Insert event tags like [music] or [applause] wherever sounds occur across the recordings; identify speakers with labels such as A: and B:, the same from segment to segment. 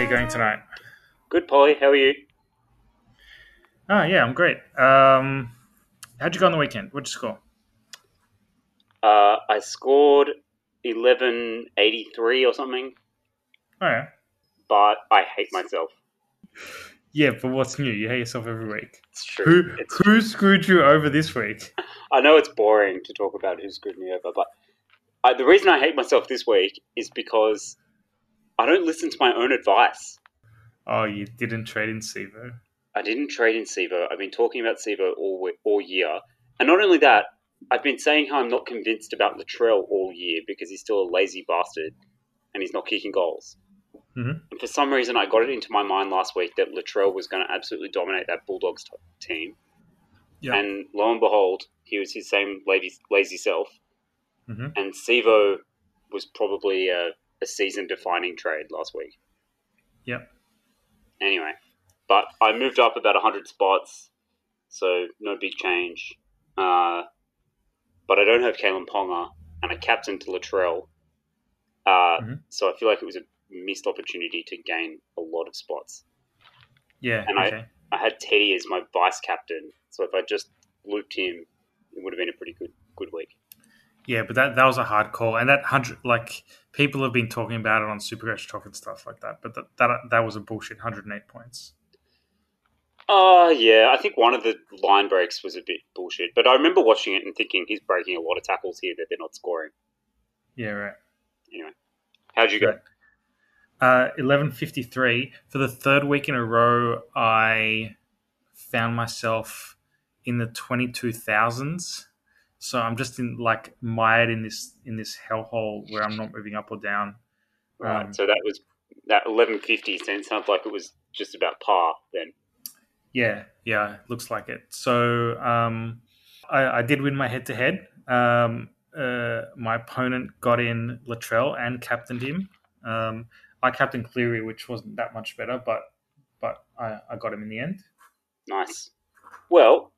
A: you going tonight?
B: Good, Polly. How are you?
A: Oh, yeah, I'm great. Um, how'd you go on the weekend? What'd you score?
B: Uh, I scored eleven eighty three or something,
A: Oh, yeah.
B: but I hate myself.
A: Yeah, but what's new? You hate yourself every week.
B: It's true.
A: Who
B: It's,
A: who screwed you over this week?
B: I know it's boring to talk about who screwed me over, but I, the reason I hate myself this week is because I don't listen to my own advice.
A: Oh, you didn't trade in Sivo.
B: I didn't trade in Sivo. I've been talking about Sivo all we- all year, and not only that, I've been saying how I'm not convinced about Latrell all year because he's still a lazy bastard and he's not kicking goals.
A: Mhm.
B: And for some reason, I got it into my mind last week that Latrell was going to absolutely dominate that Bulldogs t- team,
A: Yeah.
B: and lo and behold, he was his same lazy lazy self,
A: Mhm.
B: and Sivo was probably a, a season defining trade last week.
A: Yep.
B: Anyway, but I moved up about 100 spots, so no big change. Uh, but I don't have Kalen Ponga, and I captained to Latrell. Uh,
A: Mhm.
B: So I feel like it was a missed opportunity to gain a lot of spots.
A: Yeah.
B: And I-
A: okay.
B: I had Teddy as my vice captain, so if I just looped him, it would have been a pretty good good week.
A: Yeah, but that that was a hard call, and that hundred like people have been talking about it on Supercoach Talk and stuff like that. But that that, that was a bullshit. Hundred and eight points.
B: Uh, yeah, I think one of the line breaks was a bit bullshit, but I remember watching it and thinking he's breaking a lot of tackles here that they're not scoring.
A: Yeah. Right.
B: How'd you go?
A: Uh, eleven fifty three for the third week in a row. I found myself in the twenty two thousands. So I'm just in like mired in this in this hellhole where I'm not moving up or down.
B: Right,
A: Um,
B: so that was that eleven fifty cent sounds like it was just about par then.
A: Yeah, yeah, looks like it. So um, I, I did win my head to head. My opponent got in Latrell and captained him. Um, I captained Cleary, which wasn't that much better, but but I, I got him in the end.
B: Nice. Well,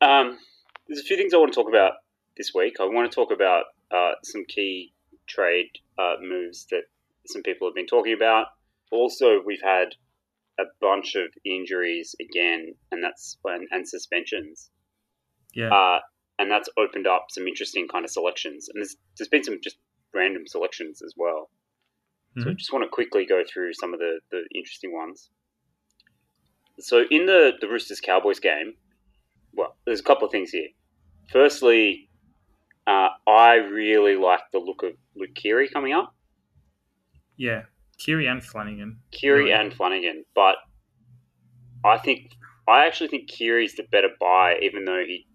B: um, there's a few things I want to talk about this week. I want to talk about uh, some key trade uh, moves that some people have been talking about. Also, we've had a bunch of injuries again, and that's and, and suspensions.
A: Yeah,
B: uh, and that's opened up some interesting kind of selections. And there's, there's been some just random selections as well. So I
A: Mhm.
B: just want to quickly go through some of the, the interesting ones. So in the, the Roosters Cowboys game, well, there's a couple of things here. Firstly, uh, I really like the look of Luke Keary coming up.
A: yeah. Kiri and Flanagan.
B: Kiri
A: Really?
B: and Flanagan, but I think I actually think Kiri's the better buy, even though he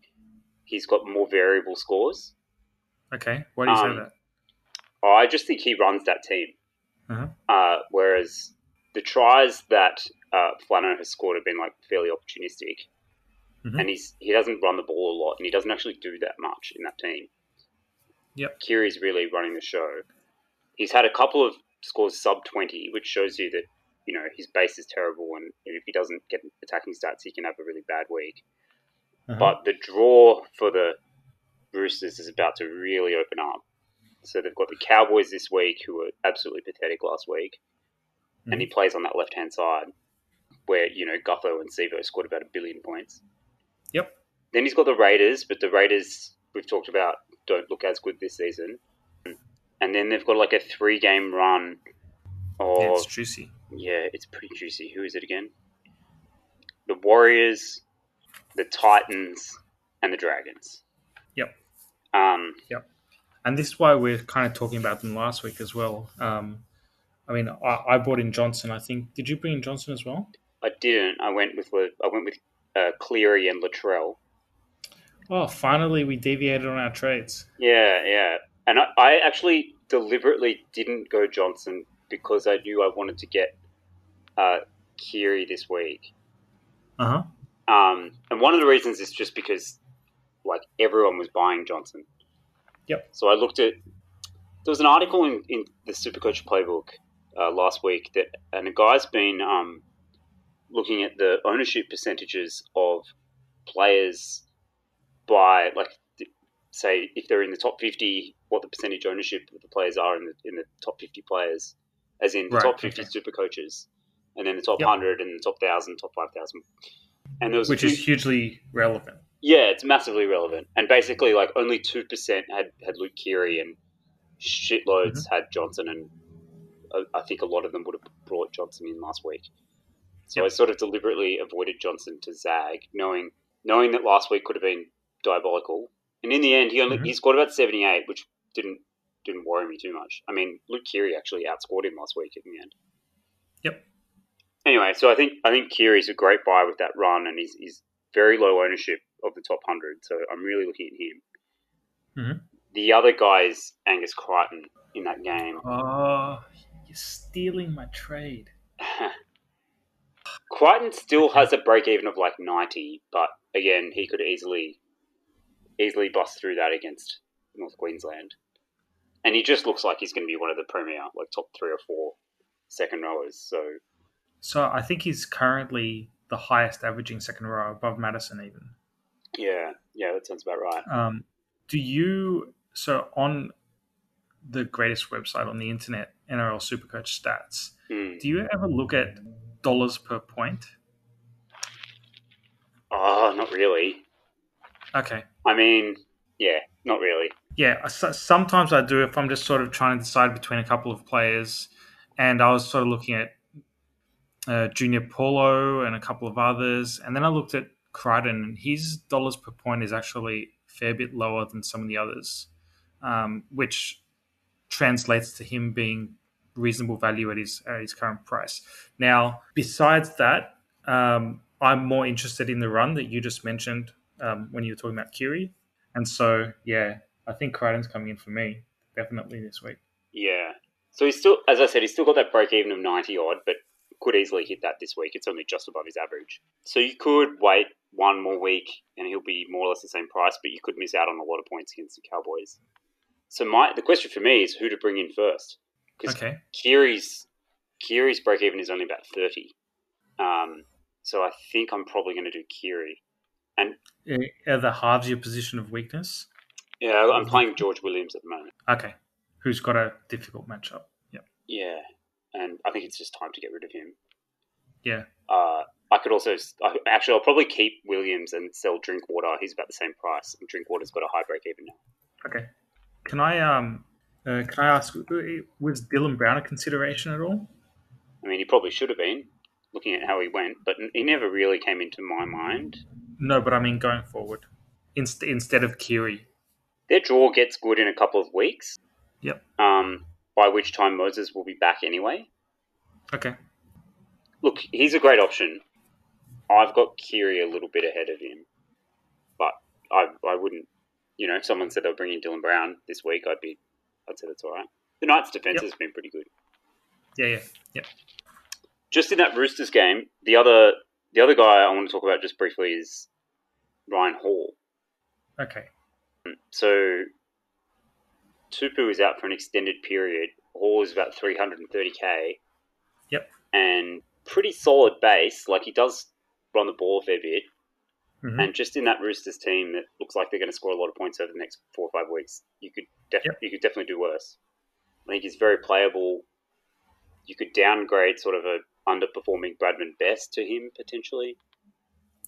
B: he's got more variable scores.
A: Okay, why do you
B: Um,
A: say that?
B: Oh, I just think he runs that team.
A: Uh-huh.
B: Uh, whereas the tries that uh, Flano has scored have been like fairly opportunistic,
A: Mhm.
B: and he's he doesn't run the ball a lot, and he doesn't actually do that much in that team.
A: Yep.
B: Kiri's really running the show. He's had a couple of scores sub twenty, which shows you that you know his base is terrible, and if he doesn't get attacking stats, he can have a really bad week.
A: Uh-huh.
B: But the draw for the Roosters is about to really open up. So they've got the Cowboys this week, who were absolutely pathetic last week, and he plays on that left hand side where you know Gutho and Sevo scored about a billion points.
A: Yep.
B: Then he's got the Raiders, but the Raiders we've talked about don't look as good this season. And then they've got like a three game run of
A: yeah, it's juicy.
B: yeah, it's pretty juicy. Who is it again? The Warriors, the Titans, and the Dragons.
A: Yep.
B: Um,
A: and this is why we're kind of talking about them last week as well. Um, I mean, I, I brought in Johnson. I think did you bring in Johnson as well?
B: I didn't. I went with Le- I went with uh, Cleary and Latrell.
A: Oh, finally, we deviated on our trades.
B: Yeah, yeah. And I, I actually deliberately didn't go Johnson because I knew I wanted to get uh, Keary this week.
A: Uh huh.
B: Um, and one of the reasons is just because like everyone was buying Johnson.
A: Yep.
B: So I looked at there was an article in, in the Supercoach playbook uh, last week that and a guy's been um, looking at the ownership percentages of players by like th- say if they're in the top 50 what the percentage ownership of the players are in the, in the top 50 players as in the
A: Right,
B: top 50
A: okay.
B: super coaches and then the top
A: Yep.
B: 100 and the top 1,000, top 5,000. And there was a
A: which
B: few-
A: is hugely relevant.
B: yeah, it's massively relevant. And basically, like only two percent had had Luke Keary, and shitloads
A: Mm-hmm.
B: had Johnson, and I- I think a lot of them would have brought Johnson in last week. So
A: Yep.
B: I sort of deliberately avoided Johnson to zag, knowing knowing that last week could have been diabolical. And in the end, he only
A: Mhm.
B: he scored about seventy eight, which didn't didn't worry me too much. I mean, Luke Keary actually outscored him last week in the end.
A: Yep.
B: Anyway, so I think I think Keary's a great buy with that run, and he's, he's very low ownership of the top hundred. So I'm really looking at him.
A: Mhm.
B: The other guy is Angus Crichton in that game.
A: Oh, you're stealing my trade.
B: [laughs] Crichton still has a break even of like ninety, but again, he could easily easily bust through that against North Queensland. And he just looks like he's going to be one of the premier, like top three or four second rowers. So
A: So I think he's currently the highest averaging second row above Madison even.
B: yeah, yeah, that sounds about right.
A: Um, do you so on the greatest website on the internet, NRL Supercoach stats?
B: Hmm.
A: Do you ever look at dollars per point?
B: Oh, not really.
A: Okay,
B: I mean, yeah, not really.
A: yeah. so- Sometimes I do if I'm just sort of trying to decide between a couple of players, and I was sort of looking at uh, Junior Paulo and a couple of others, and then I looked at Crichton, and his dollars per point is actually a fair bit lower than some of the others, um, which translates to him being reasonable value at his at his current price. Now, besides that, um, I'm more interested in the run that you just mentioned um, when you were talking about Curie, and so yeah, I think Crichton's coming in for me definitely this week.
B: Yeah. So he's still, as I said, he's still got that break even of 90 odd, but could easily hit that this week. It's only just above his average. So you could wait one more week and he'll be more or less the same price, but you could miss out on a lot of points against the Cowboys. So my the question for me is who to bring in first. Because
A: Okay,
B: Kiri's Kiri's break even is only about thirty, um, so I think I'm probably going to do Kiri.
A: are the halves your position of weakness?
B: Yeah, I'm playing George Williams at the moment.
A: Okay, who's got a difficult matchup? Yep.
B: Yeah, and I think it's just time to get rid of him.
A: Yeah.
B: Uh, I could also I, actually I'll probably keep Williams and sell Drinkwater. He's about the same price, and Drinkwater's got a high break even now.
A: Okay. Can I um uh, can I ask was Dylan Brown a consideration at all?
B: I mean, he probably should have been looking at how he went, but he never really came into my mind.
A: No, but I mean going forward, Inst- instead of Kiri.
B: Their draw gets good in a couple of weeks.
A: Yep.
B: Um, by which time Moses will be back anyway.
A: Okay.
B: Look, he's a great option. I've got Kiri a little bit ahead of him, but I I wouldn't. You know, if someone said they'll bring in Dylan Brown this week, I'd be, I'd say that's all right. The Knights' defense
A: Yep.
B: has been pretty good.
A: Yeah, yeah, yeah.
B: Just in that Roosters game, the other the other guy I want to talk about just briefly is Ryan Hall.
A: Okay.
B: So Tupu is out for an extended period. Hall is about 330k.
A: Yep.
B: And pretty solid base. Like he does run the ball a fair bit.
A: Mhm.
B: And just in that Roosters team that looks like they're going to score a lot of points over the next four or five weeks, you could def-
A: Yep.
B: you could definitely do worse. I think he's very playable. You could downgrade sort of a underperforming Bradman Best to him potentially,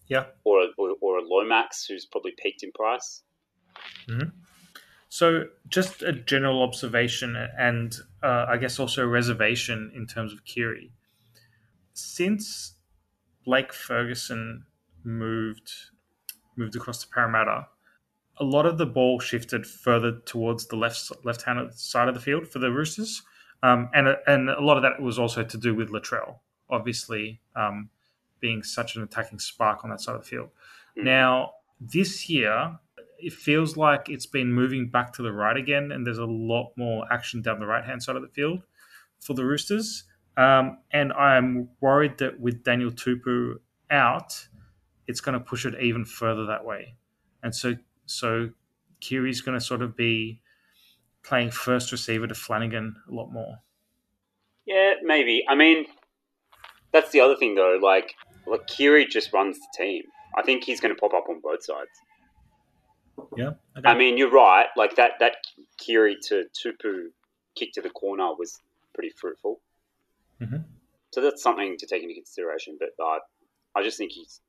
A: Yeah.
B: or a, or, or a Lomax who's probably peaked in price.
A: So just a general observation, and uh, I guess also a reservation in terms of Kiri. Since Blake Ferguson moved moved across to Parramatta, a lot of the ball shifted further towards the left left hand side of the field for the Roosters, um, and and a lot of that was also to do with Latrell, obviously um, being such an attacking spark on that side of the field.
B: Mm.
A: Now this year, it feels like it's been moving back to the right again, and there's a lot more action down the right hand side of the field for the Roosters. Um, and I'm worried that with Daniel Tupu out, it's going to push it even further that way. And so, so Kiri's going to sort of be playing first receiver to Flanagan a lot more.
B: Yeah, maybe. I mean, that's the other thing though. Like, like Kiri just runs the team. I think he's going to pop up on both sides.
A: Yeah,
B: I mean, you're right. Like that that Kiri to Tupu kick to the corner was pretty fruitful.
A: Mhm.
B: So that's something to take into consideration. But uh, I just think he's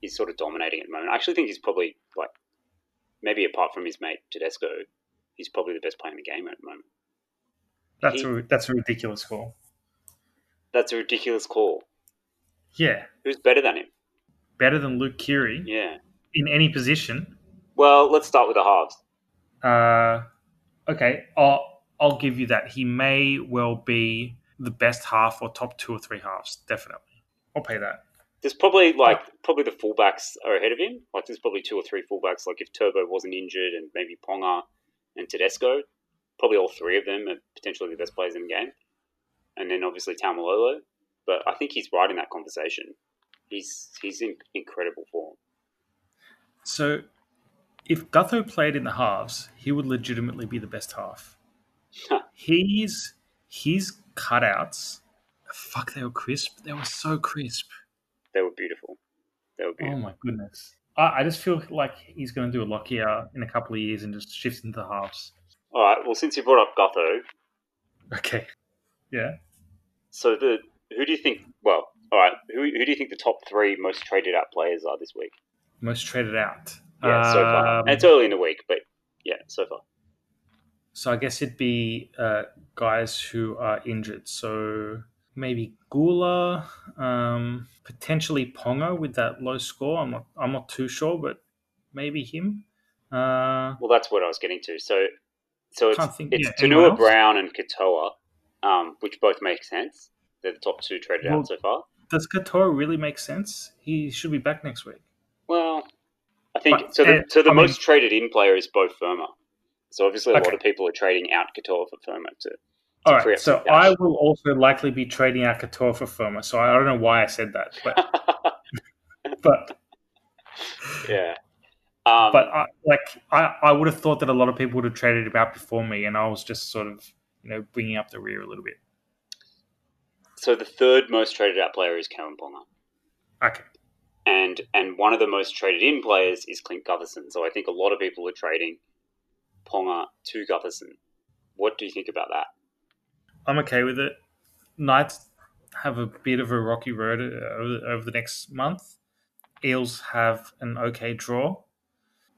B: he's sort of dominating at the moment. I actually think he's probably like maybe apart from his mate Tedesco, he's probably the best player in the game at the moment.
A: That's
B: He-
A: a that's a ridiculous call.
B: That's a ridiculous call.
A: Yeah,
B: Who's better than him?
A: better than Luke Keary
B: Yeah.
A: in any position.
B: Well, let's start with the halves.
A: Uh, okay, I'll I'll give you that. He may well be the best half or top two or three halves. Definitely, I'll pay that.
B: There's probably like probably the fullbacks are ahead of him. Like there's probably two or three fullbacks. Like if Turbo wasn't injured and maybe Ponga and Tedesco, probably all three of them are potentially the best players in the game. And then obviously Tamalolo, but I think he's right in that conversation. He's he's in incredible form.
A: So, if Gutho played in the halves, he would legitimately be the best half. He's his cutouts. Fuck, they were crisp. They were so crisp.
B: They were beautiful. They were
A: Oh
B: beautiful.
A: my goodness. I, I just feel like he's going to do a lock here in a couple of years and just shift into the halves.
B: All right. Well, since you brought up Gutho,
A: Okay. Yeah.
B: so the who do you think? Well, all right. Who who do you think the top three most traded out players are this week?
A: Most traded out.
B: Yeah, so far.
A: Um,
B: And it's early in the week, but yeah, so far.
A: so I guess it'd be uh, guys who are injured. So maybe Gula, um, potentially Pongo with that low score. I'm not. I'm not too sure, but maybe him. Uh,
B: Well, that's what I was getting to. So, so it's,
A: Can't think-
B: it's
A: yeah, anyone
B: Tanua
A: else?
B: Brown and Katoa, um, which both make sense. They're the top two traded
A: Well-
B: out so far.
A: does Katoa really make sense? He should be back next week.
B: Well, I think
A: But,
B: so. The,
A: uh,
B: so the
A: I
B: most
A: mean-
B: traded in player is both Firma. So obviously, a lot
A: Okay.
B: of people are trading out Katoa for Firma too. [laughs]
A: All
B: free
A: right,
B: up
A: so
B: some cash.
A: I will also likely be trading out Katoa for Firma. So I don't know why I said that,
B: [laughs]
A: but but
B: yeah. Um,
A: but I, like I, I would have thought that a lot of people would have traded him out before me, and I was just sort of you know bringing up the rear a little bit.
B: so the third most traded out player is Cameron Ponga.
A: Okay,
B: and and one of the most traded in players is Clint Gutherson. So I think a lot of people are trading Ponga to Gutherson. What do you think about that?
A: I'm okay with it. Knights have a bit of a rocky road uh, over, over the next month. Eels have an okay draw.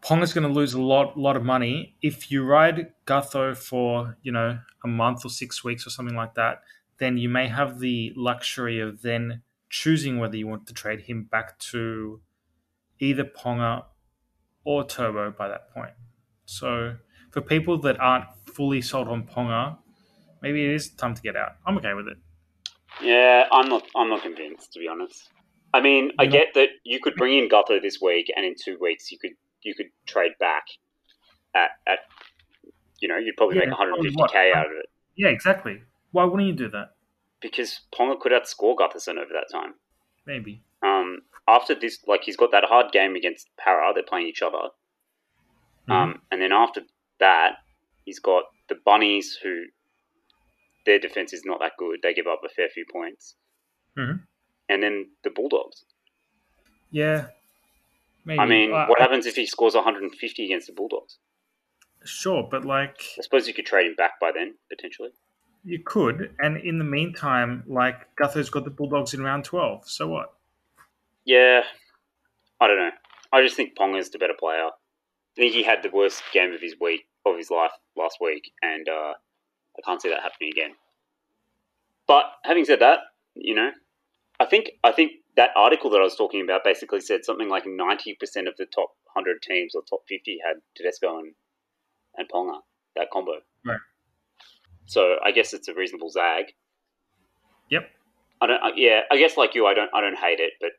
A: Pong is going to lose a lot, lot of money. If you ride Gutho for you know a month or six weeks or something like that, then you may have the luxury of then choosing whether you want to trade him back to either Ponga or Turbo by that point. So for people that aren't fully sold on Ponga, maybe it is time to get out. I'm okay with it.
B: Yeah, I'm not I'm not convinced to be honest. I mean, I
A: You're
B: get that you could bring in Gutho this week, and in two weeks you could you could trade back at at you know you'd probably
A: Yeah,
B: make
A: probably
B: 150k
A: what?
B: out of it
A: Yeah, exactly. Why wouldn't you do that?
B: because Ponga could outscore Gutherson over that time.
A: Maybe.
B: Um, after this, like he's got that hard game against Para, they're playing each other.
A: Mm-hmm.
B: Um, and then after that, he's got the Bunnies, who their defense is not that good. They give up a fair few points.
A: Mhm.
B: And then the Bulldogs.
A: yeah. Maybe.
B: I mean,
A: Uh,
B: what happens if he scores 150 against the Bulldogs?
A: Sure, but like
B: I suppose you could trade him back by then, potentially.
A: you could, and in the meantime, like Gutho's got the Bulldogs in round twelve. So what?
B: Yeah, I don't know. I just think Ponga's the better player. I think he had the worst game of his week of his life last week, and uh, I can't see that happening again. But having said that, you know, I think I think that article that I was talking about basically said something like ninety percent of the top hundred teams or top fifty had Tedesco and and Ponga that combo.
A: Right.
B: So I guess it's a reasonable zag.
A: Yep.
B: I don't. I, yeah, I guess like you, I don't. I don't hate it, but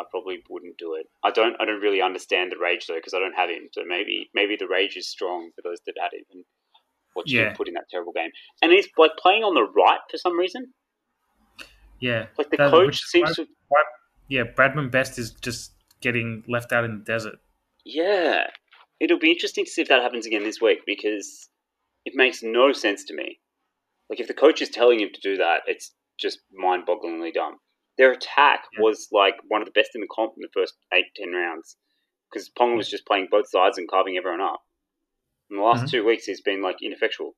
B: I probably wouldn't do it. I don't. I don't really understand the rage though, because I don't have him. So maybe, maybe the rage is strong for those that had him and watched
A: Yeah.
B: him put in that terrible game. And he's like playing on the right for some reason.
A: Yeah.
B: Like the
A: That-
B: coach
A: which-
B: seems to.
A: Yeah, Bradman Best is just getting left out in the desert.
B: Yeah, it'll be interesting to see if that happens again this week because it makes no sense to me. Like if the coach is telling him to do that, it's just mind-bogglingly dumb. Their attack
A: Yeah.
B: was like one of the best in the comp in the first eight ten rounds because Ponga was just playing both sides and carving everyone up. In the last
A: Mhm.
B: two weeks, he's been like ineffectual.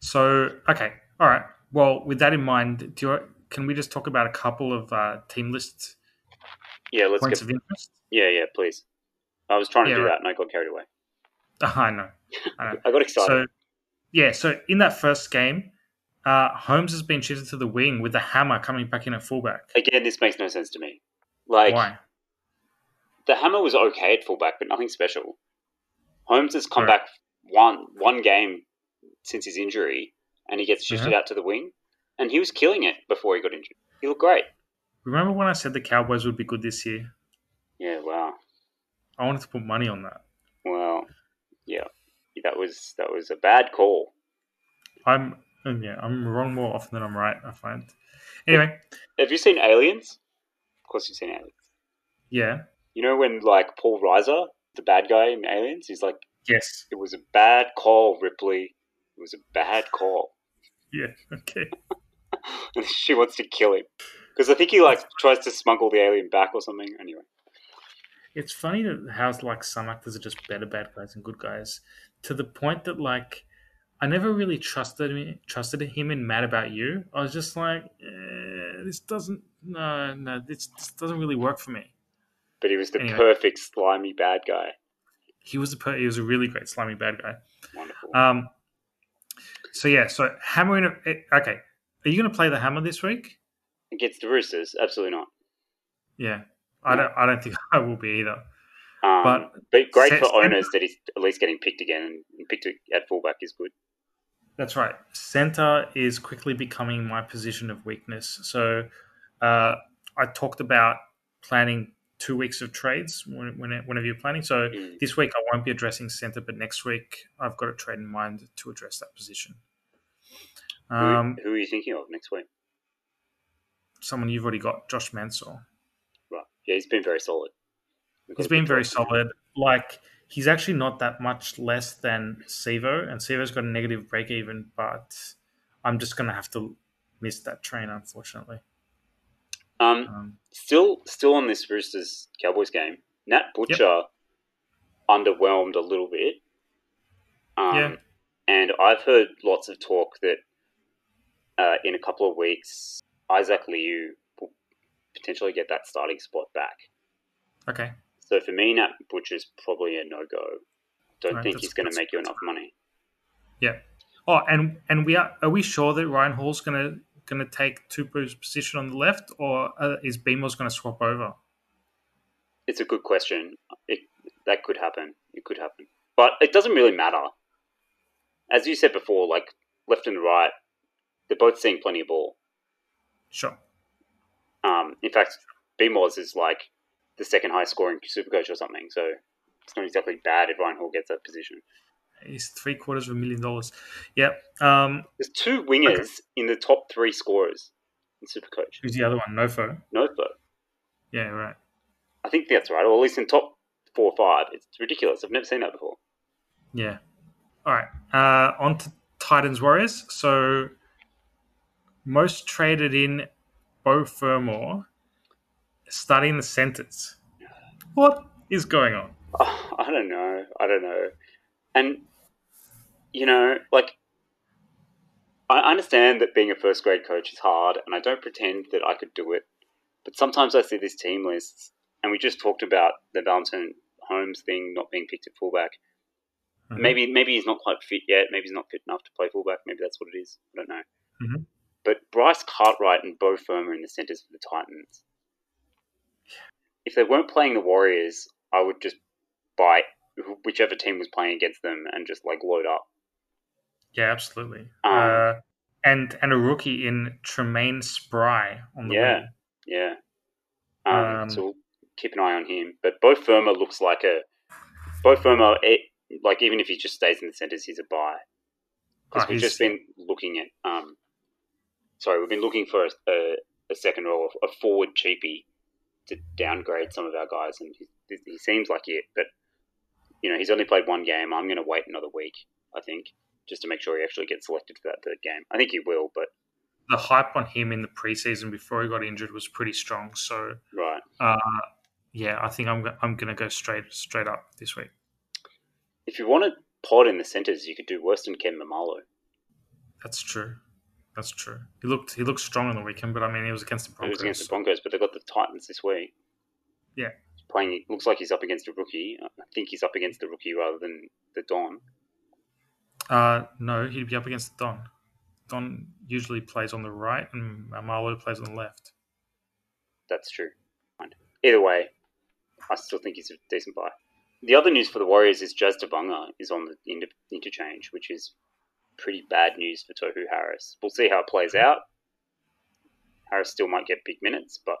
A: So okay, all right. Well, with that in mind, do you, can we just talk about a couple of uh, team lists
B: Yeah, let's
A: points
B: get.
A: of interest? [laughs]
B: Yeah, yeah, please. I was trying to
A: Yeah,
B: do
A: right.
B: that and I got carried away.
A: I know. I know.
B: I got excited.
A: So, yeah, so in that first game, uh, Holmes has been shifted to the wing with the hammer coming back in at fullback.
B: Again, this makes no sense to me. Like
A: Why?
B: the hammer was okay at fullback, but nothing special. Holmes has come
A: Right.
B: back one one game since his injury, and he gets shifted out to the wing, and he was killing it before he got injured. He looked great.
A: Remember when I said the Cowboys would be good this year?
B: Yeah, wow.
A: I wanted to put money on that.
B: Well, yeah, that was that was a bad call.
A: I'm oh, yeah, I'm wrong more often than I'm right. I find. Anyway,
B: Have you seen Aliens? Of course, you've seen Aliens.
A: yeah,
B: You know when like Paul Reiser, the bad guy in Aliens, he's like,
A: yes,
B: "It was a bad call, Ripley. It was a bad call."
A: yeah, [laughs] okay,
B: [laughs] and she wants to kill him because I think he like tries to smuggle the alien back or something. Anyway,
A: it's funny that how like some actors are just better bad guys and good guys to the point that like I never really trusted me trusted him in Mad About You. I was just like, eh, this doesn't no no this, this doesn't really work for me.
B: but he was the
A: Anyway.
B: perfect slimy bad guy.
A: He was a per- he was a really great slimy bad guy.
B: Wonderful.
A: Um, so yeah, so hammering. eh, Okay, are you going to play the hammer this week?
B: Against the Roosters, absolutely not.
A: Yeah, I don't. I don't think [laughs] I will be either.
B: Um, but,
A: But-
B: great
A: Sa-
B: for
A: Sam-
B: owners that he's at least getting picked again and, and picked at fullback is good.
A: That's right. Center is quickly becoming my position of weakness. So uh, I talked about planning two weeks of trades when, when, whenever you're planning. So
B: Mm.
A: this week I won't be addressing center, but next week I've got a trade in mind to address that position. Um,
B: who, who are you thinking of next week?
A: someone you've already got, Josh Mansell.
B: Right, yeah, he's been very solid. We've got
A: He's
B: a good
A: been very
B: choice.
A: solid. Like he's actually not that much less than Sevo, and Sevo's got a negative break even, but I'm just gonna have to miss that train, unfortunately.
B: Um,
A: Um,
B: still, still on this Roosters Cowboys game. Nat Butcher underwhelmed a little bit. Um,
A: Yeah.
B: And I've heard lots of talk that uh, in a couple of weeks, Isaac Liu will potentially get that starting spot back.
A: okay,
B: So for me, Nat Butcher's probably a no go. Don't
A: Right,
B: think
A: that's-
B: he's going to
A: that's-
B: make you enough money.
A: yeah. Oh, and and we are are we sure that Ryan Hall's gonna gonna take Tupu's position on the left, or uh, is Beamer's gonna swap over?
B: It's a good question. It, that could happen. It could happen. But it doesn't really matter. As you said before, like left and right, they're both seeing plenty of ball.
A: Sure.
B: Um, in fact, BMOS is like the second highest scoring supercoach or something, so it's not exactly bad if Ryan Hall gets that position.
A: He's three quarters of a million dollars. Yeah. Um,
B: There's two wingers in the top three scorers in supercoach.
A: who's the other one? Nofo.
B: Notho.
A: Yeah. Right.
B: I think that's right, or at least in top four or five. It's ridiculous. I've never seen that before.
A: Yeah. All right. Uh, on to Titans Warriors. So most traded in Bo Furmore starting the sentence. What is going on?
B: Oh, I don't know. I don't know. And, you know, like, I understand that being a first grade coach is hard, and I don't pretend that I could do it. But sometimes I see these team lists, and we just talked about the Valentine Holmes thing not being picked at fullback.
A: Mhm.
B: Maybe maybe he's not quite fit yet. Maybe he's not fit enough to play fullback. Maybe that's what it is. I don't know.
A: Mhm.
B: But Bryce Cartwright and Bo Firmer in the centres for the Titans. If they weren't playing the Warriors, I would just buy wh- whichever team was playing against them and just like load up.
A: Yeah, absolutely.
B: Um,
A: uh, and and a rookie in Tremaine Spry on the
B: Yeah.
A: wing.
B: Yeah. Um,
A: Um,
B: so we'll keep an eye on him. But Bo Firmer looks like a Bo Firmer. It, like even if he just stays in the centres, he's a buy because
A: Oh,
B: we've
A: he's-
B: just been looking at. Um, sorry, we've been looking for a, a, a second row, a forward cheapie to downgrade some of our guys, and he, he seems like it. But you know, he's only played one game. I'm going to wait another week, I think, just to make sure he actually gets selected for that third game. I think he will, but
A: The hype on him in the preseason before he got injured was pretty strong. So
B: right.
A: uh, yeah, I think I'm go- I'm gonna go straight straight up this week.
B: If you want to pod in the centres, you could do worse than Ken Mamalo.
A: That's true. That's true. He looked he looked strong on the weekend, but I mean he was against the
B: It
A: Broncos.
B: was against the Broncos, but they got the Titans this week.
A: Yeah.
B: He's playing. Looks like he's up against a rookie. I think he's up against the rookie rather than the Don.
A: Uh, no, he'd be up against the Don. Don usually plays on the right, and Marlowe plays on the left.
B: That's true. Either way, I still think he's a decent buy. The other news for the Warriors is Jazz Devanga is on the inter- interchange, which is pretty bad news for Tohu Harris. We'll see how it plays out. Harris still might get big minutes, but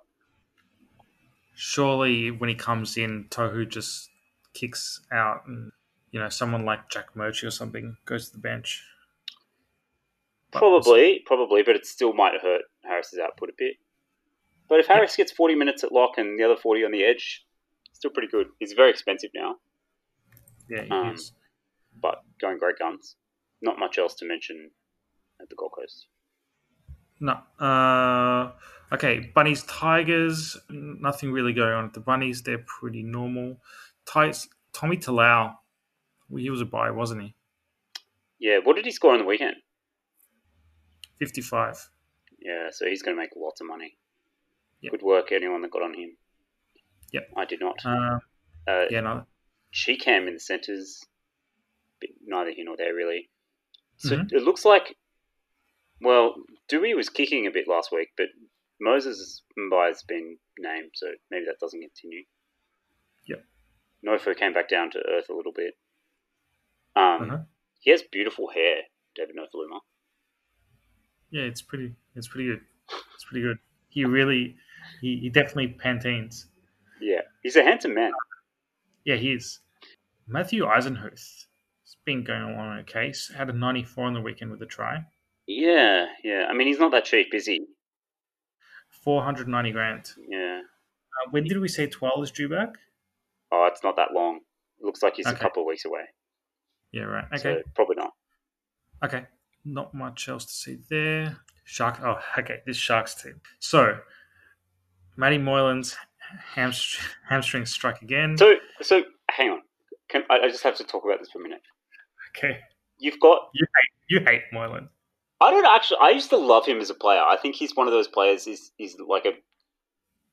A: Surely, when he comes in, Tohu just kicks out, and you know someone like Jack Murchie or something goes to the bench. But-
B: Probably, probably, but it still might hurt Harris's output a bit. But if Harris gets 40 minutes at lock and the other 40 on the edge, still pretty good. He's very expensive now,
A: yeah, he
B: Um,
A: is.
B: but going great guns. Not much else to mention at the Gold Coast.
A: No. Uh, okay, bunnies, tigers. n- Nothing really going on at the bunnies. They're pretty normal. Tigers. Tommy Talau. Well, he was a buy, wasn't he?
B: Yeah, what did he score on the weekend?
A: Fifty-five.
B: Yeah, so he's going to make lots of money.
A: Yep.
B: Good work, anyone that got on him.
A: Yep.
B: I did not.
A: Uh,
B: Uh,
A: yeah, no.
B: she cam in the centres, but neither here nor there really. So
A: Mhm.
B: it looks like, well, Dewey was kicking a bit last week, but Moses Mbai has been named, so maybe that doesn't continue.
A: Yep.
B: Nofo came back down to earth a little bit. Um,
A: Uh-huh.
B: He has beautiful hair, David Nofaluma.
A: Yeah, it's pretty. It's pretty good. It's pretty good. He really, he, he definitely panteens.
B: Yeah, he's a handsome man.
A: Yeah, he is. Matthew Eisenhuth. It's been going along okay. S- Had a 94 on the weekend with a try.
B: Yeah, yeah. I mean, he's not that cheap, is he?
A: 490 grand.
B: Yeah.
A: Uh, when did we say 12 is due back?
B: Oh, it's not that long. It looks like he's a
A: Okay.
B: couple of weeks away.
A: Yeah, right. Okay.
B: So probably not.
A: Okay. Not much else to see there. Shark. Oh, okay. This Sharks team. So, Matty Moylan's hamstr- hamstring struck again.
B: So, so hang on. Can, I, I just have to talk about this for a minute.
A: okay.
B: You've got.
A: You hate Moylan.
B: I don't actually. I used to love him as a player. I think he's one of those players. He's, he's like a.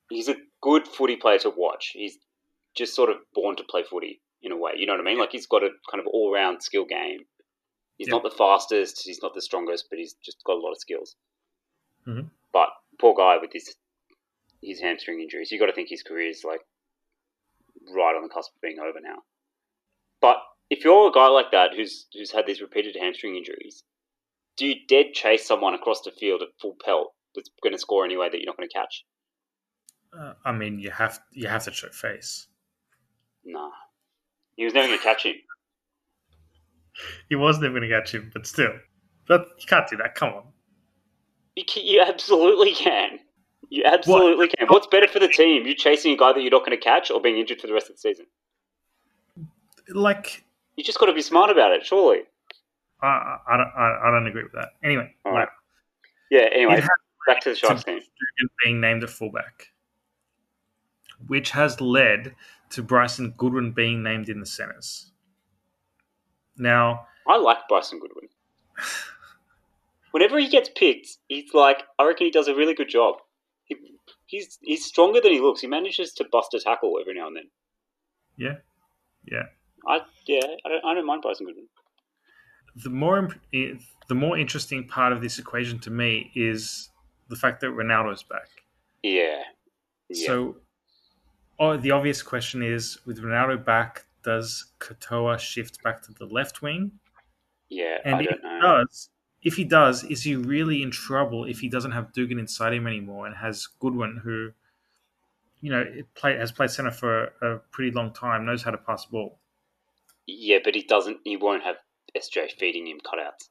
B: He's a good footy player to watch. He's just sort of born to play footy in a way. You know what I mean? Like he's got a kind of all round skill game. He's
A: Yeah.
B: not the fastest. He's not the strongest, but he's just got a lot of skills.
A: Mhm.
B: But poor guy with his his hamstring injuries. You got to think his career is like right on the cusp of being over now. But if you're a guy like that who's who's had these repeated hamstring injuries, do you dead chase someone across the field at full pelt that's going to score anyway that you're not going to catch?
A: Uh, I mean, you have you have to show face.
B: Nah, he was never going to catch him.
A: He was never going to catch him, but still, but you can't do that. Come on.
B: You, ca- you absolutely can. You absolutely can. What's better for the team? You chasing a guy that you're not going to catch or being injured for the rest of the season?
A: Like,
B: You just got to be smart about it, surely.
A: I I, I don't I, I don't agree with that. Anyway,
B: All
A: whatever.
B: right. Yeah. Anyway,
A: It has
B: back to the Sharks
A: to
B: team.
A: Dugan being named at fullback, which has led to Bryson Goodwin being named in the centres. Now,
B: I like Bryson Goodwin. Whenever he gets picked, he's like, I reckon he does a really good job. He, he's he's stronger than he looks. He manages to bust a tackle every now and then.
A: yeah, yeah.
B: I yeah, I don't, I don't mind Bryson Goodwin.
A: The more imp- eh, the more interesting part of this equation to me is the fact that Ronaldo's back.
B: Yeah, yeah.
A: So, oh, the obvious question is: with Ronaldo back, does Katoa shift back to the left wing?
B: yeah.
A: And
B: I
A: if
B: don't
A: he
B: know.
A: does, if he does, is he really in trouble if he doesn't have Dugan inside him anymore and has Goodwin, who, you know, it play, has played center for a pretty long time, knows how to pass the ball?
B: Yeah, but he doesn't. He won't have SJ feeding him cutouts.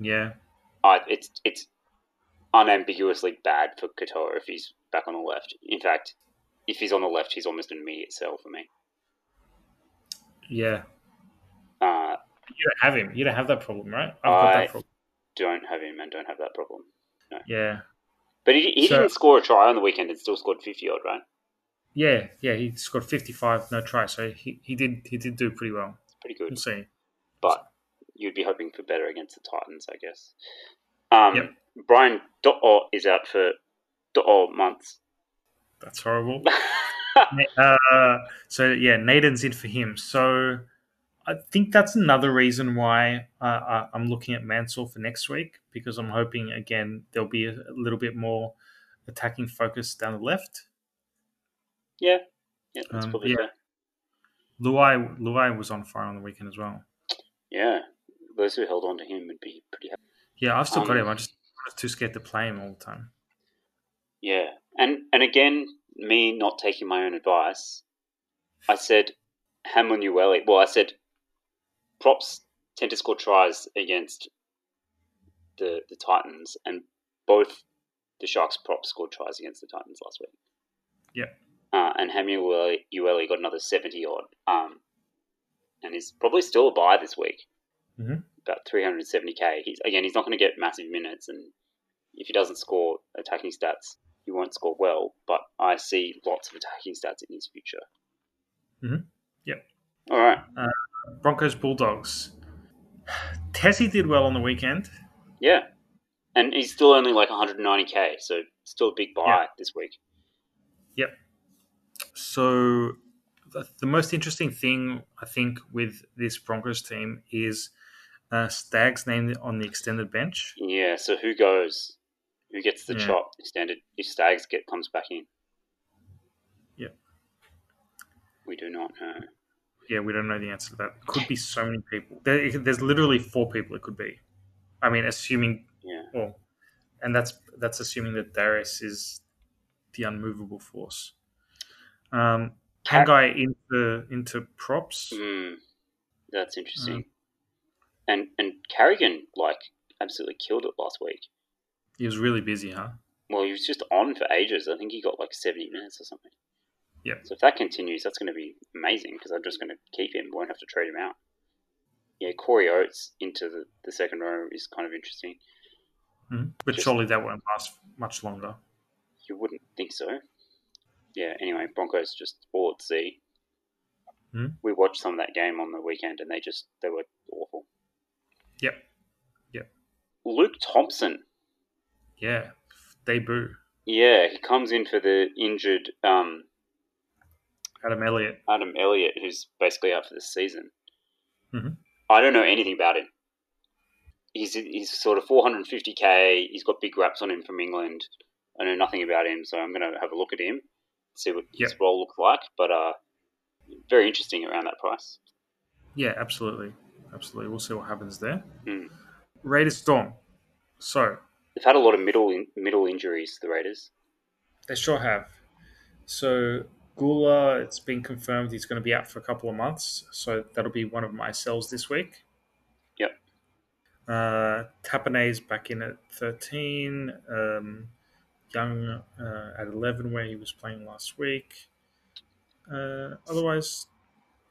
A: Yeah,
B: I, it's it's unambiguously bad for Katoa if he's back on the left. In fact, if he's on the left, he's almost an immediate sell for me.
A: yeah.
B: Uh,
A: You don't have him. You don't have that problem, right? I've got
B: I-
A: that problem.
B: don't have him and don't have that problem.
A: Yeah,
B: But he, he
A: So-
B: didn't score a try on the weekend and still scored 50 odd, right?
A: yeah, yeah. He scored fifty-five, no try, so he, he did he did do pretty well.
B: It's pretty
A: We'll
B: good.
A: see.
B: But you'd be hoping for better against the Titans, I guess. Um,
A: Yep.
B: Brian Dot is out for Dot months.
A: That's horrible. uh, so yeah, Naden's in for him. So I think that's another reason why uh, I- I'm looking at Mansell for next week because I'm hoping again there'll be a little bit more attacking focus down the left.
B: yeah, yeah, that's
A: Um,
B: probably
A: yeah.
B: fair.
A: Luai Luai was on fire on the weekend as well.
B: Yeah, those who held on to him would be pretty happy.
A: Yeah, I've still got
B: Um,
A: him. I just I was too scared to play him all the time.
B: Yeah, and and again, me not taking my own advice, I said Hamlin Ueli. Well, I said props tend to score tries against the the Titans, and both the Sharks props scored tries against the Titans last week.
A: Yep.
B: Uh, and Hamlin Ueli Ueli got another seventy odd, um, and is probably still a buy this week.
A: Mhm.
B: About three hundred and seventy k. He's again, he's not going to get massive minutes, and if he doesn't score attacking stats, he won't score well. But I see lots of attacking stats in his future.
A: Mhm. Yep.
B: All right.
A: Broncos Bulldogs. [sighs] Tessie did well on the weekend.
B: Yeah. And he's still only like 190k, so still a big buy
A: Yeah.
B: this week.
A: So, the, the most interesting thing I think with this Broncos team is uh, Stag's name on the extended bench.
B: Yeah. So who goes? Who gets the
A: Yeah.
B: chop? Standard. If Stags get comes back in.
A: Yeah.
B: We do not know.
A: Yeah, we don't know the answer to that. Could be so many people. There, there's literally four people it could be. I mean, assuming,
B: Yeah.
A: well, and that's that's assuming that Darius is the unmovable force. Um,
B: Cat-
A: Pangai into into props.
B: Mm, that's interesting.
A: Mm.
B: And and Carrigan like absolutely killed it last week.
A: He was really busy, huh?
B: Well, he was just on for ages. I think he got like 70 minutes or something.
A: Yeah.
B: So if that continues, that's going to be amazing because I'm just going to keep him, won't have to trade him out. Yeah, Corey Oates into the, the second row is kind of interesting.
A: Mhm. But
B: Just-
A: surely that won't last much longer.
B: You wouldn't think so. Yeah, anyway, Broncos just all at sea.
A: Hmm.
B: We watched some of that game on the weekend and they just, they were awful.
A: Yep.
B: Luke Thompson.
A: Yeah, debut.
B: Yeah, he comes in for the injured um,
A: Adam Elliott.
B: Adam Elliott, who's basically out for the season.
A: Mhm.
B: I don't know anything about him. He's he's sort of 450k. He's got big wraps on him from England. I know nothing about him, so I'm going to have a look at him, see what his
A: Yep.
B: role looks like. But uh, very interesting around that price.
A: Yeah, absolutely, absolutely. We'll see what happens there.
B: Mm.
A: Raiders Storm. So
B: They've had a lot of middle in, middle injuries. The Raiders.
A: they sure have. So Gula, it's been confirmed he's going to be out for a couple of months. So that'll be one of my sells this week.
B: Yep.
A: Uh, Tapanay's back in at thirteen. Um, Young uh, at eleven, where he was playing last week. Uh, otherwise,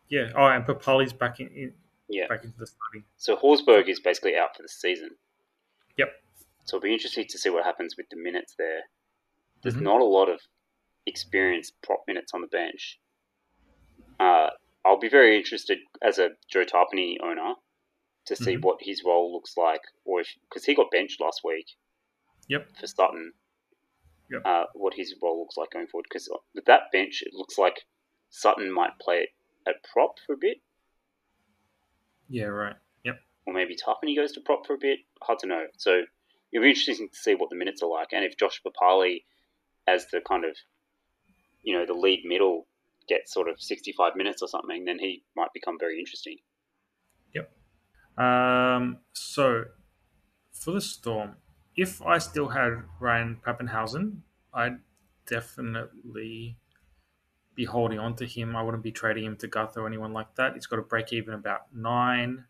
A: yeah. Oh, and Papali's back in, in
B: Yeah.
A: back into the starting.
B: So Horsberg is basically out for the season.
A: Yep.
B: So it'll be interesting to see what happens with the minutes there. There's
A: Mhm.
B: not a lot of experienced prop minutes on the bench. Uh, I'll be very interested as a Joe Tarpany owner to see
A: Mhm.
B: what his role looks like, or if because he got benched last week.
A: Yep.
B: For Sutton.
A: Yep.
B: Uh, what his role looks like going forward, because with that bench, it looks like Sutton might play it at prop for a bit,
A: Yeah, right. Yep.
B: or maybe Tarpany goes to prop for a bit. Hard to know. So it'll be interesting to see what the minutes are like, and if Josh Papali, as the kind of, you know, the lead middle, gets sort of sixty-five minutes or something, then he might become very interesting.
A: Um, so for the storm, if I still had Ryan Pappenhausen, I'd definitely be holding on to him. I wouldn't be trading him to Guth or anyone like that. He's got a break even about nine.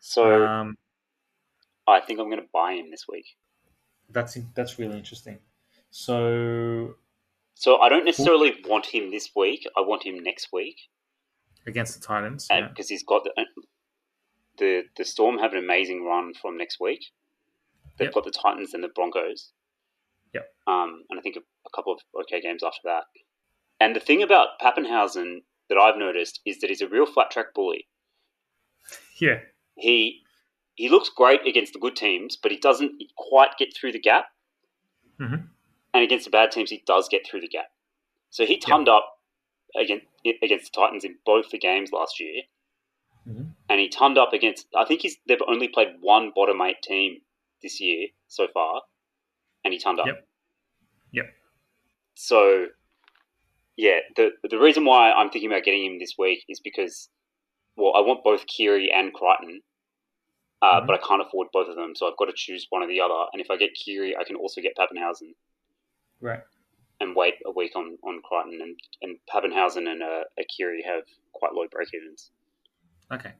B: So
A: um,
B: I think I'm going to buy him this week.
A: that's that's really interesting. So
B: So I don't necessarily want him this week. I want him next week
A: against the Titans,
B: because
A: yeah.
B: he's got the, uh, the the Storm have an amazing run from next week. They've
A: Yep.
B: got the Titans and the Broncos.
A: Yep.
B: Um, and I think a, a couple of okay games after that. And the thing about Pappenhausen that I've noticed is that he's a real flat track bully.
A: yeah,
B: He he looks great against the good teams, but he doesn't quite get through the gap.
A: Mhm.
B: And against the bad teams, he does get through the gap. So he tummed up against against the Titans in both the games last year,
A: Mhm.
B: and he tummed up against. I think he's they've only played one bottom eight team this year so far, and he tummed up.
A: Yep. Yep.
B: So, yeah, the the reason why I'm thinking about getting him this week is because, well, I want both Kiri and Crichton, uh,
A: Mhm.
B: but I can't afford both of them, so I've got to choose one or the other. And if I get Kiri, I can also get Pappenhausen
A: Right.
B: and wait a week on, on Crichton. And, and Pappenhausen and uh, Akiri have quite low break evens.
A: Okay.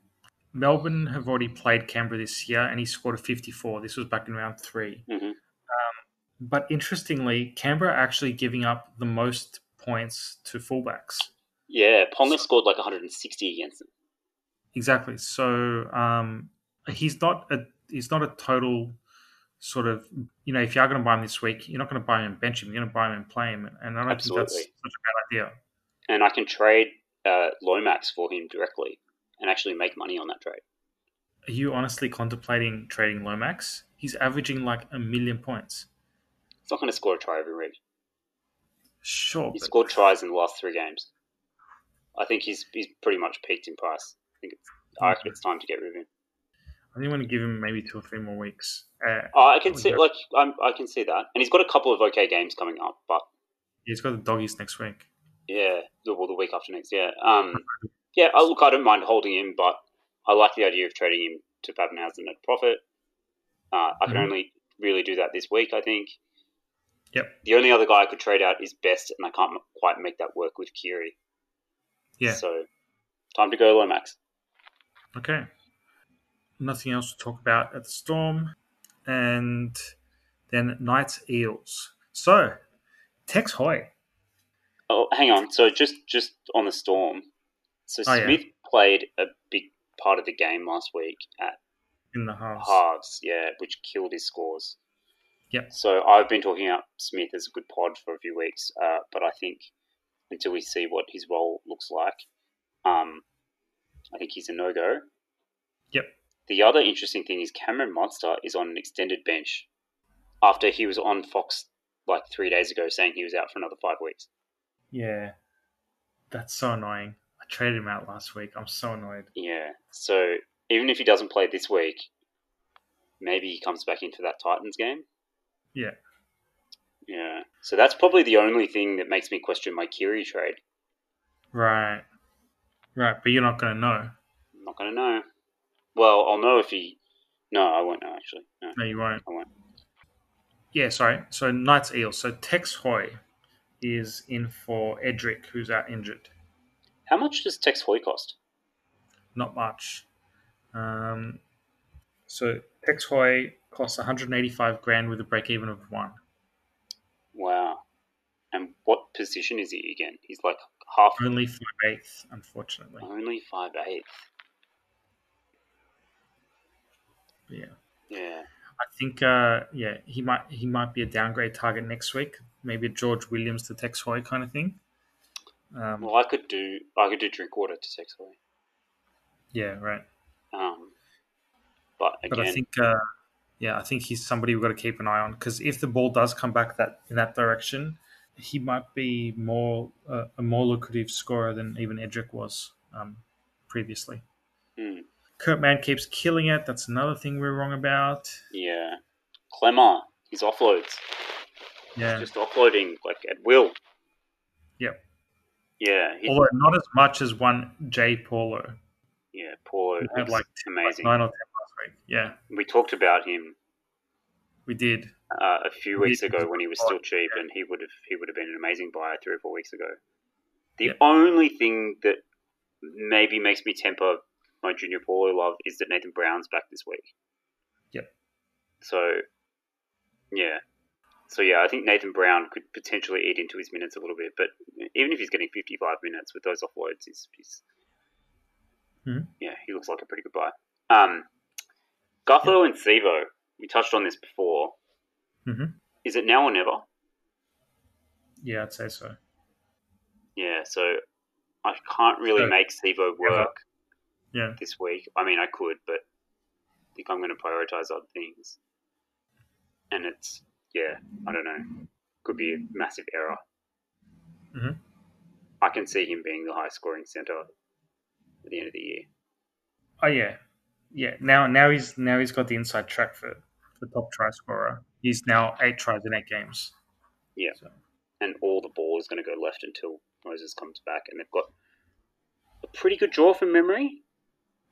A: Melbourne have already played Canberra this year, and he scored a 54. This was back in round 3
B: Mhm.
A: Um, but interestingly, Canberra are actually giving up the most points to fullbacks.
B: Yeah, Ponga scored like 160 against them.
A: Exactly. So um, he's not a he's not a total sort of you know if you are going to buy him this week, you're not going to buy him and bench him. You're going to buy him and play him, and I don't think that's
B: Absolutely.
A: such a bad idea.
B: And I can trade uh, Lomax for him directly and actually make money on that trade.
A: Are you honestly contemplating trading Lomax? He's averaging like a million points.
B: He's not going to score a try every week.
A: Sure,
B: He
A: but-
B: scored tries in the last three games. I think he's he's pretty much peaked in price. I think it's, I reckon it's time to get rid of him.
A: I think I'm going to give him maybe two or three more weeks. Uh,
B: Oh, I can see
A: Yeah.
B: like I'm, I can see that, and he's got a couple of okay games coming up, but
A: he's got the doggies next week.
B: yeah, the- well, the week after next, yeah, um, yeah. I, look, I don't mind holding him, but I like the idea of trading him to Pappenhausen at profit. Uh, I can
A: Mhm.
B: only really do that this week, I think.
A: Yep.
B: The only other guy I could trade out is Best, and I can't m- quite make that work with Kiri.
A: Yeah.
B: So, time to go Lomax.
A: Okay. Nothing else to talk about at the Storm. And then Knights Eels. So, Tex Hoy.
B: Oh, hang on. So just just on the storm. So
A: Oh, yeah.
B: Smith played a big part of the game last week at
A: in the halves.
B: halves, yeah, which killed his scores.
A: Yep.
B: So I've been talking up Smith as a good pod for a few weeks, uh, but I think until we see what his role looks like, um, I think he's a no go.
A: Yep.
B: The other interesting thing is Cameron Munster is on an extended bench after he was on Fox like three days ago saying he was out for another five weeks.
A: Yeah. That's so annoying. I traded him out last week. I'm so annoyed.
B: Yeah. So even if he doesn't play this week, maybe he comes back into that Titans game.
A: Yeah.
B: Yeah. So that's probably the only thing that makes me question my Kiri trade.
A: Right. Right. But you're not going to know.
B: I'm not gonna know. Well, I'll know if he. No, I won't know actually. No.
A: No, you won't.
B: I won't.
A: Yeah, sorry. So, Knights Eels. So, Tex Hoy is in for Edric, who's out injured.
B: How much does Tex Hoy cost?
A: not much. Um, so Tex Hoy costs 185 grand with a break even of one.
B: Wow. And what position is he again? He's like half.
A: Only five eighth, unfortunately.
B: Only five eight.
A: Yeah,
B: Yeah.
A: I think uh, yeah he might he might be a downgrade target next week. Maybe a George Williams to Tex Hoy kind of thing. Um,
B: Well, I could do. I could do drink water to Tex Hoy.
A: yeah, right.
B: Um. But again,
A: But I think uh, yeah, I think he's somebody we've got to keep an eye on because if the ball does come back that in that direction, he might be more uh, a more lucrative scorer than even Edric was um, previously.
B: hmm.
A: Kurt Mann keeps killing it. That's another thing we're wrong about.
B: Yeah. Clemmer, his offloads.
A: Yeah.
B: Just offloading like at will.
A: Yep.
B: Yeah. He,
A: Although not as much as one Jay Paulo.
B: yeah, Paulo
A: He had,
B: looks
A: like,
B: amazing.
A: Nine or ten last week. Yeah,
B: we talked about him
A: we did.
B: uh, a few
A: We-
B: weeks ago when he was still cheap
A: yeah.
B: and he would have he would have been an amazing buy three or four weeks ago. The
A: Yeah.
B: only thing that maybe makes me temper my junior Paulo love is that Nathan Brown's back this week.
A: Yep.
B: So yeah. So yeah, I think Nathan Brown could potentially eat into his minutes a little bit, but even if he's getting fifty five minutes with those offloads, he's, he's
A: Mhm.
B: yeah, he looks like a pretty good buy. Um Gutho and Sevo, we touched on this before.
A: hmm
B: Is it now or never?
A: Yeah, I'd say so.
B: Yeah, so I can't really
A: So-
B: make Sivo work
A: Yeah.
B: this week. I mean, I could, but think I'm going to prioritize other things. And it's, yeah, I don't know. Could be a massive error.
A: Mhm.
B: I can see him being the high scoring centre at the end of the year.
A: Oh yeah, yeah. Now now he's now he's got the inside track for the top try scorer. He's now eight tries in eight games.
B: Yeah.
A: So,
B: And all the ball is going to go left until Moses comes back. And they've got a pretty good draw from memory.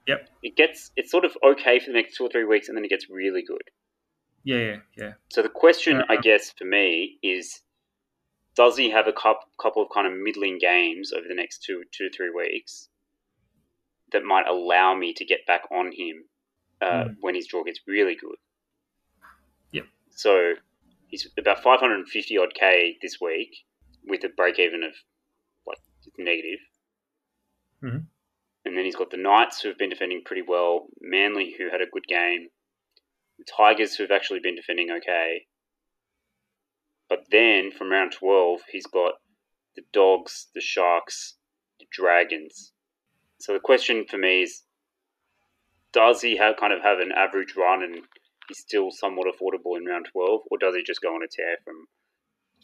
A: yep.
B: It gets, it's sort of okay for the next two or three weeks and then it gets really good.
A: Yeah, yeah, yeah.
B: So the question, I
A: Uh-huh.
B: guess, for me is, does he have a coup- couple of kind of middling games over the next two, two three weeks that might allow me to get back on him uh, when his draw gets really good?
A: Yep.
B: So he's about 550 odd k this week with a break even of like negative.
A: Mhm.
B: And then he's got the Knights who have been defending pretty well, Manly who had a good game, the Tigers who've actually been defending okay. But then from round 12, he's got the Dogs, the Sharks, the Dragons. So the question for me is does he have kind of have an average run and he's still somewhat affordable in round 12 or does he just go on a tear from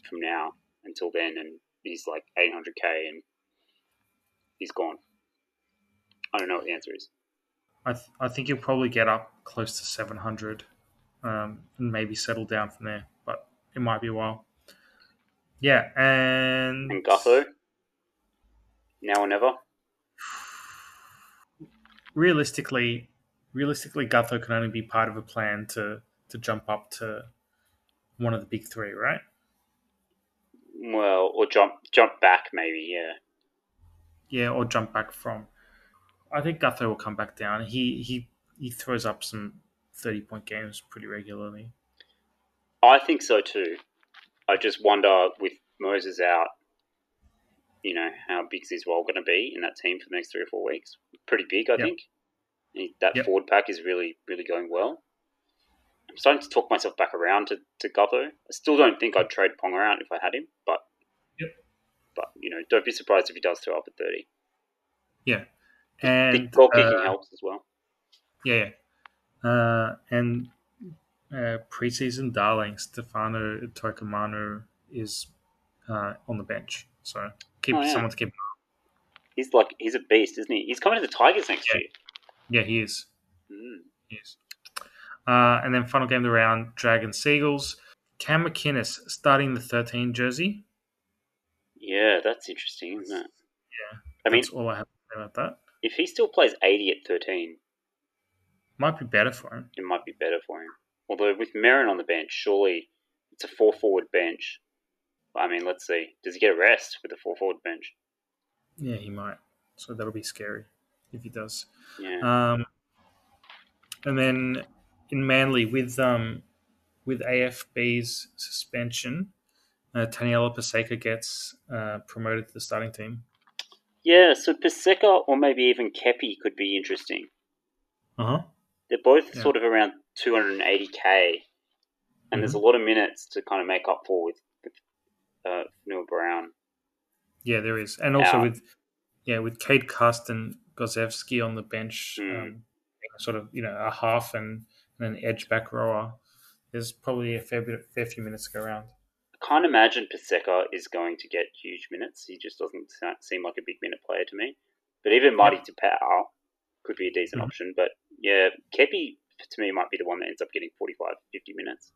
B: from now until then and he's like 800k and he's gone. I don't know what the answer is.
A: I th- I think he'll probably get up close to seven hundred, um, and maybe settle down from there. But it might be a while. Yeah, and
B: And Gutho? Now or never?
A: realistically, realistically, Gutho can only be part of a plan to to jump up to one of the big three, right?
B: Well, or jump jump back maybe, yeah.
A: Yeah, or jump back from. I think Gutho will come back down. He he he throws up some thirty point games pretty regularly.
B: I think so too. I just wonder with Moses out, you know, how big's his role going to be in that team for the next three or four weeks? Pretty big, I
A: Yep.
B: think. And that
A: Yep.
B: forward pack is really, really going well. I'm starting to talk myself back around to, to Gutho. I still don't think I'd trade Pong around if I had him, but
A: Yep.
B: but you know, don't be surprised if he does throw up at thirty.
A: Yeah,
B: I
A: and
B: think goal kicking
A: uh,
B: helps as well.
A: Yeah, yeah. Uh, and uh, preseason darling Stefano Tokomanu is uh, on the bench, so keep
B: Oh, yeah.
A: someone to keep.
B: He's like he's a beast, isn't he? He's coming to the Tigers next
A: Yeah. Yeah, he is.
B: year. Mm.
A: Yes. Uh, and then final game of the round, Dragon Seagulls. Cam McInnes starting the 13 jersey.
B: Yeah, that's interesting, isn't it?
A: Yeah.
B: I mean,
A: That's all I have to say about that.
B: if he still plays 80 at 13,
A: Might be better for him.
B: it might be better for him. Although with Merrin on the bench, surely it's a four forward bench. I mean, let's see. Does he get a rest with a four forward bench?
A: Yeah, he might. So that'll be scary if he does.
B: Yeah.
A: Um, and then in Manly with um, with AFB's suspension, uh, Taniela Paseka gets uh, promoted to the starting team.
B: yeah, so Paseka or maybe even Kepi could be interesting.
A: Uh huh.
B: They're both
A: Yeah. Mm-hmm.
B: sort of around 280k, and there's a lot of minutes to kind of make up for with, with uh, Neil Brown.
A: Yeah, there is, and also
B: Yeah.
A: with yeah with Kate Carsten Gozevsky on the bench,
B: Mm.
A: um, sort of you know a half and, and an edge back rower. There's probably a fair bit, fair few minutes to go around.
B: I can't imagine Paseka is going to get huge minutes. He just doesn't sa- seem like a big minute player to me. But even Marty Tapau could be a decent
A: Mhm.
B: option. But yeah, Kepi to me might be the one that ends up getting 45, 50 minutes.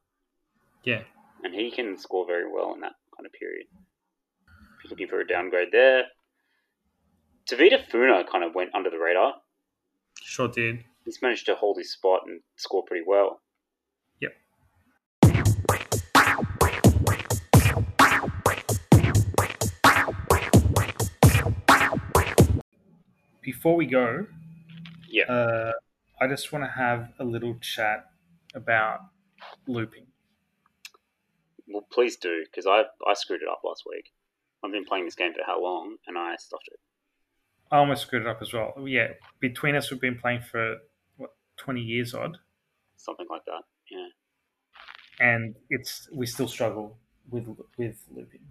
A: Yeah,
B: And he can score very well in that kind of period. If you're looking for a downgrade there. Tavita Funa kind of went under the radar.
A: sure did.
B: He's managed to hold his spot and score pretty well.
A: Yep. Before we go,
B: Yeah.
A: uh, I just want to have a little chat about looping.
B: Well, please do, because I, I screwed it up last week. I've been playing this game for how long, and I stuffed it.
A: I almost screwed it up as well. Yeah, between us, we've been playing for what twenty years odd,
B: Something like that. Yeah.
A: and it's we still struggle with with looping.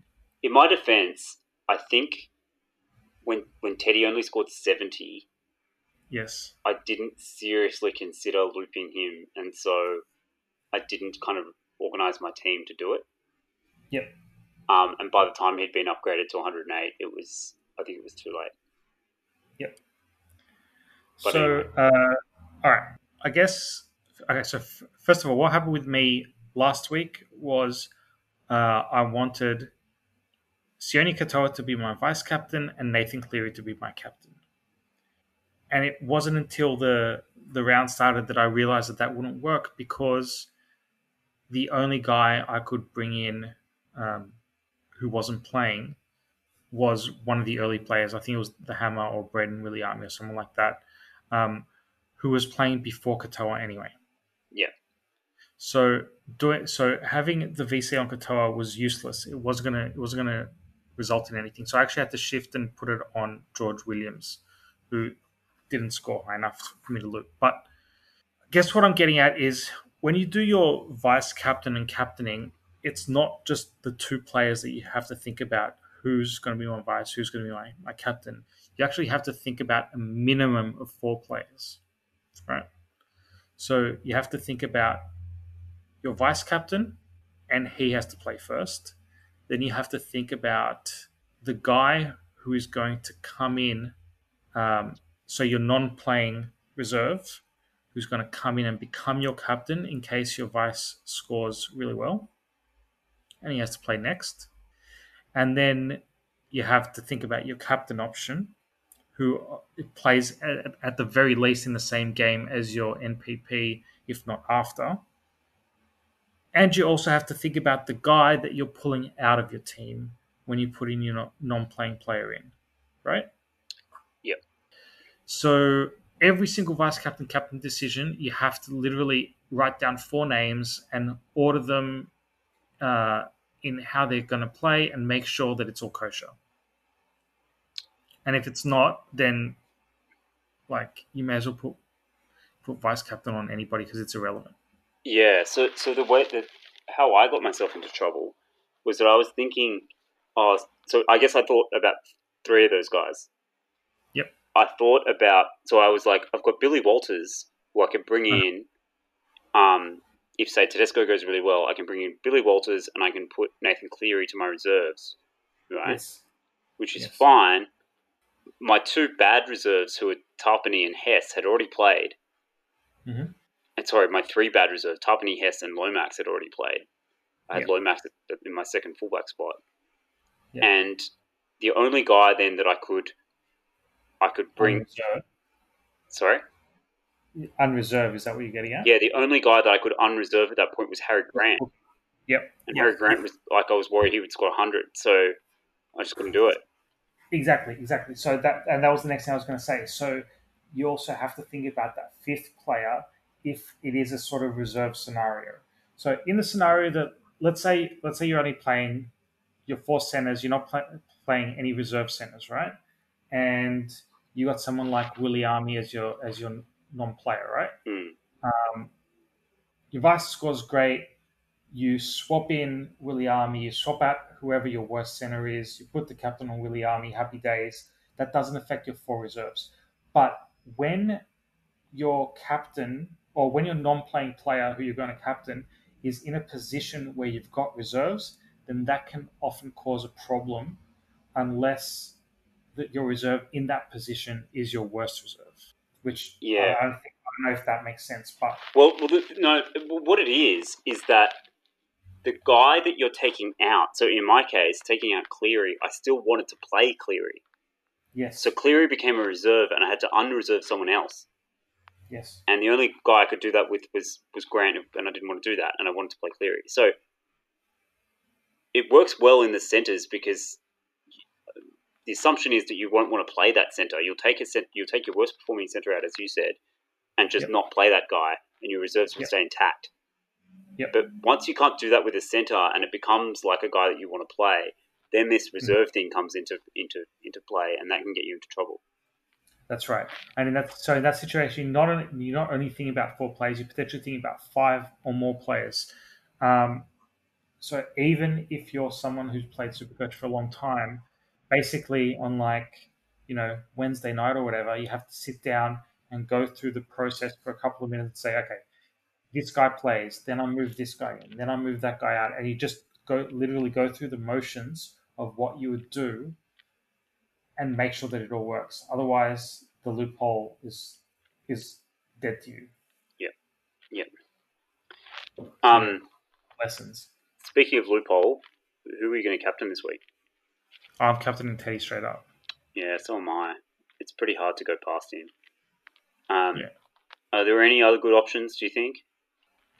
B: in my defense, I think when when Teddy only scored seventy,
A: Yes.
B: I didn't seriously consider looping him, and so I didn't kind of organize my team to do it.
A: Yep.
B: Um, and by the time he'd been upgraded to 108, it was I think it was too late.
A: Yep.
B: But
A: so,
B: anyway.
A: uh, all right. I guess. Okay. So, f- first of all, what happened with me last week was uh, I wanted Sione Katoa to be my vice captain and Nathan Cleary to be my captain. And it wasn't until the the round started that I realized that that wouldn't work because the only guy I could bring in um, who wasn't playing was one of the early players. I think it was the Hammer or Braden Williami or someone like that, um, who was playing before Katoa anyway.
B: Yeah.
A: So doing so having the VC on Katoa was useless. It was gonna it was gonna result in anything. So I actually had to shift and put it on George Williams, who didn't score high enough for me to loop. But I guess what I'm getting at is when you do your vice captain and captaining, it's not just the two players that you have to think about who's going to be my vice, who's going to be my, my captain. You actually have to think about a minimum of four players, right? So you have to think about your vice captain, and he has to play first. Then you have to think about the guy who is going to come in. Um, so your non-playing reserve, who's going to come in and become your captain in case your vice scores really well, and he has to play next. And then you have to think about your captain option, who uh, plays at, at the very least in the same game as your NPP, if not after. And you also have to think about the guy that you're pulling out of your team when you put in your no- non-playing player in, right?
B: Yep.
A: So every single vice captain captain decision, you have to literally write down four names and order them uh, in how they're going to play and make sure that it's all kosher. And if it's not, then like you may as well put put vice captain on anybody because it's irrelevant.
B: Yeah, so so the way that how I got myself into trouble was that I was thinking, oh, so I guess I thought about three of those guys.
A: Yep.
B: I thought about so I was like, I've got Billy Walters who I could bring
A: Uh-huh.
B: in. Um, if say Tedesco goes really well, I can bring in Billy Walters and I can put Nathan Cleary to my reserves, right?
A: Yes.
B: Which is
A: Yes.
B: fine. My two bad reserves, who were Tarpany and Hess, had already played.
A: Mhm.
B: And sorry, my three bad reserves, Tarpany, Hess, and Lomax, had already played. I had
A: Yeah.
B: Lomax at- in my second fullback spot,
A: Yeah.
B: and the only guy then that I could, I could bring.
A: Unreserved.
B: Sorry,
A: Unreserved, is that what you're getting at?
B: yeah, the only guy that I could unreserve at that point was Harry Grant,
A: Yep.
B: and
A: Yeah.
B: Harry Grant was like I was worried he would score hundred, so I just couldn't do it.
A: Exactly, exactly. So that and that was the next thing I was going to say. So you also have to think about that fifth player if it is a sort of reserve scenario. So in the scenario that let's say let's say you're only playing your four centers, you're not play, playing any reserve centers, right? And you got someone like Willie Army as your as your non-player, right?
B: Mm.
A: Um, your vice scores great. You swap in Willie Army, you swap out whoever your worst center is, you put the captain on Willie Army, happy days. That doesn't affect your four reserves. But when your captain or when your non playing player who you're going to captain is in a position where you've got reserves, then that can often cause a problem unless that your reserve in that position is your worst reserve, which
B: Yeah.
A: I, don't think, I don't know if that makes sense, but
B: Well, well the, no, what it is is that the guy that you're taking out. So in my case, taking out Cleary, I still wanted to play Cleary,
A: yes,
B: so Cleary became a reserve, and I had to unreserve someone else.
A: yes,
B: and the only guy I could do that with was was Grant, and I didn't want to do that, and I wanted to play Cleary. So it works well in the centres because the assumption is that you won't want to play that centre. You'll take a cent- you'll take your worst performing centre out, as you said, and just
A: Yep.
B: not play that guy, and your reserves will
A: Yep.
B: stay intact.
A: Yep.
B: But once you can't do that with a centre, and it becomes like a guy that you want to play, then
A: Mm-hmm.
B: this reserve thing comes into into into play, and that can get you into trouble.
A: that's right. And in that, so in that situation, not only, you're not only thinking about four players, you're potentially thinking about five or more players. Um, so even if you're someone who's played Supercoach for a long time, basically on like you know Wednesday night or whatever, you have to sit down and go through the process for a couple of minutes and say, okay, this guy plays, then I move this guy in, then I move that guy out, and you just go literally go through the motions of what you would do and make sure that it all works. Otherwise, the loophole is is dead to you.
B: Um,
A: Lessons.
B: speaking of loophole, who are you going to captain this week?
A: I'm captaining Teddy straight up.
B: Yeah, so am I. It's pretty hard to go past him. Um,
A: Yeah.
B: Are there any other good options? Do you think?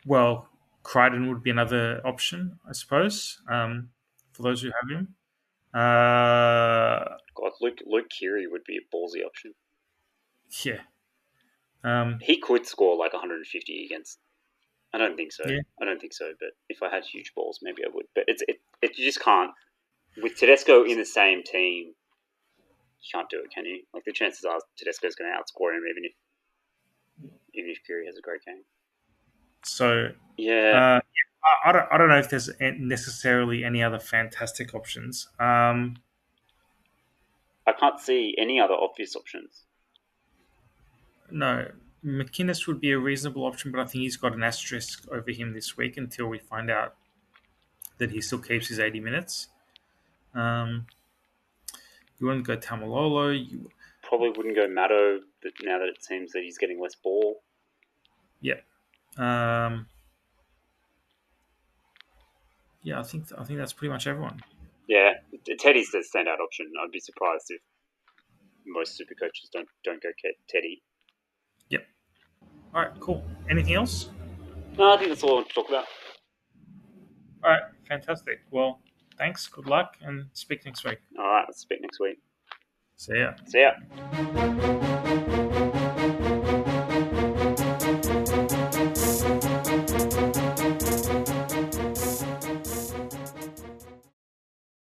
A: Well, Crichton would be another option, I suppose, um, for those who have him. Uh,
B: God, Luke Luke Keary would be a ballsy option.
A: yeah. Um,
B: He could score like 150 against. I don't think so.
A: Yeah.
B: I don't think so. But if I had huge balls, maybe I would. But it's it, it you just can't with Tedesco in the same team. You can't do it, can you? Like the chances are Tedesco's going to outscore him, even if even if Keary has a great game.
A: so
B: Yeah.
A: uh, I, I, don't, I don't know if there's a- necessarily any other fantastic options. Um,
B: I can't see any other obvious options.
A: no, McInnes would be a reasonable option, but I think he's got an asterisk over him this week until we find out that he still keeps his 80 minutes. Um, you wouldn't go Tamalolo. You
B: Probably wouldn't go Matto, but now that it seems that he's getting less ball.
A: Yeah. Um, yeah, I think I think that's pretty much everyone.
B: Yeah, Teddy's the standout option. I'd be surprised if most super coaches don't don't go get Teddy.
A: All right, cool. Anything else?
B: No, I think that's all I want to talk about.
A: All right, fantastic. Well, thanks. Good luck, and speak next week.
B: All right, let's speak next week.
A: See ya.
B: See ya.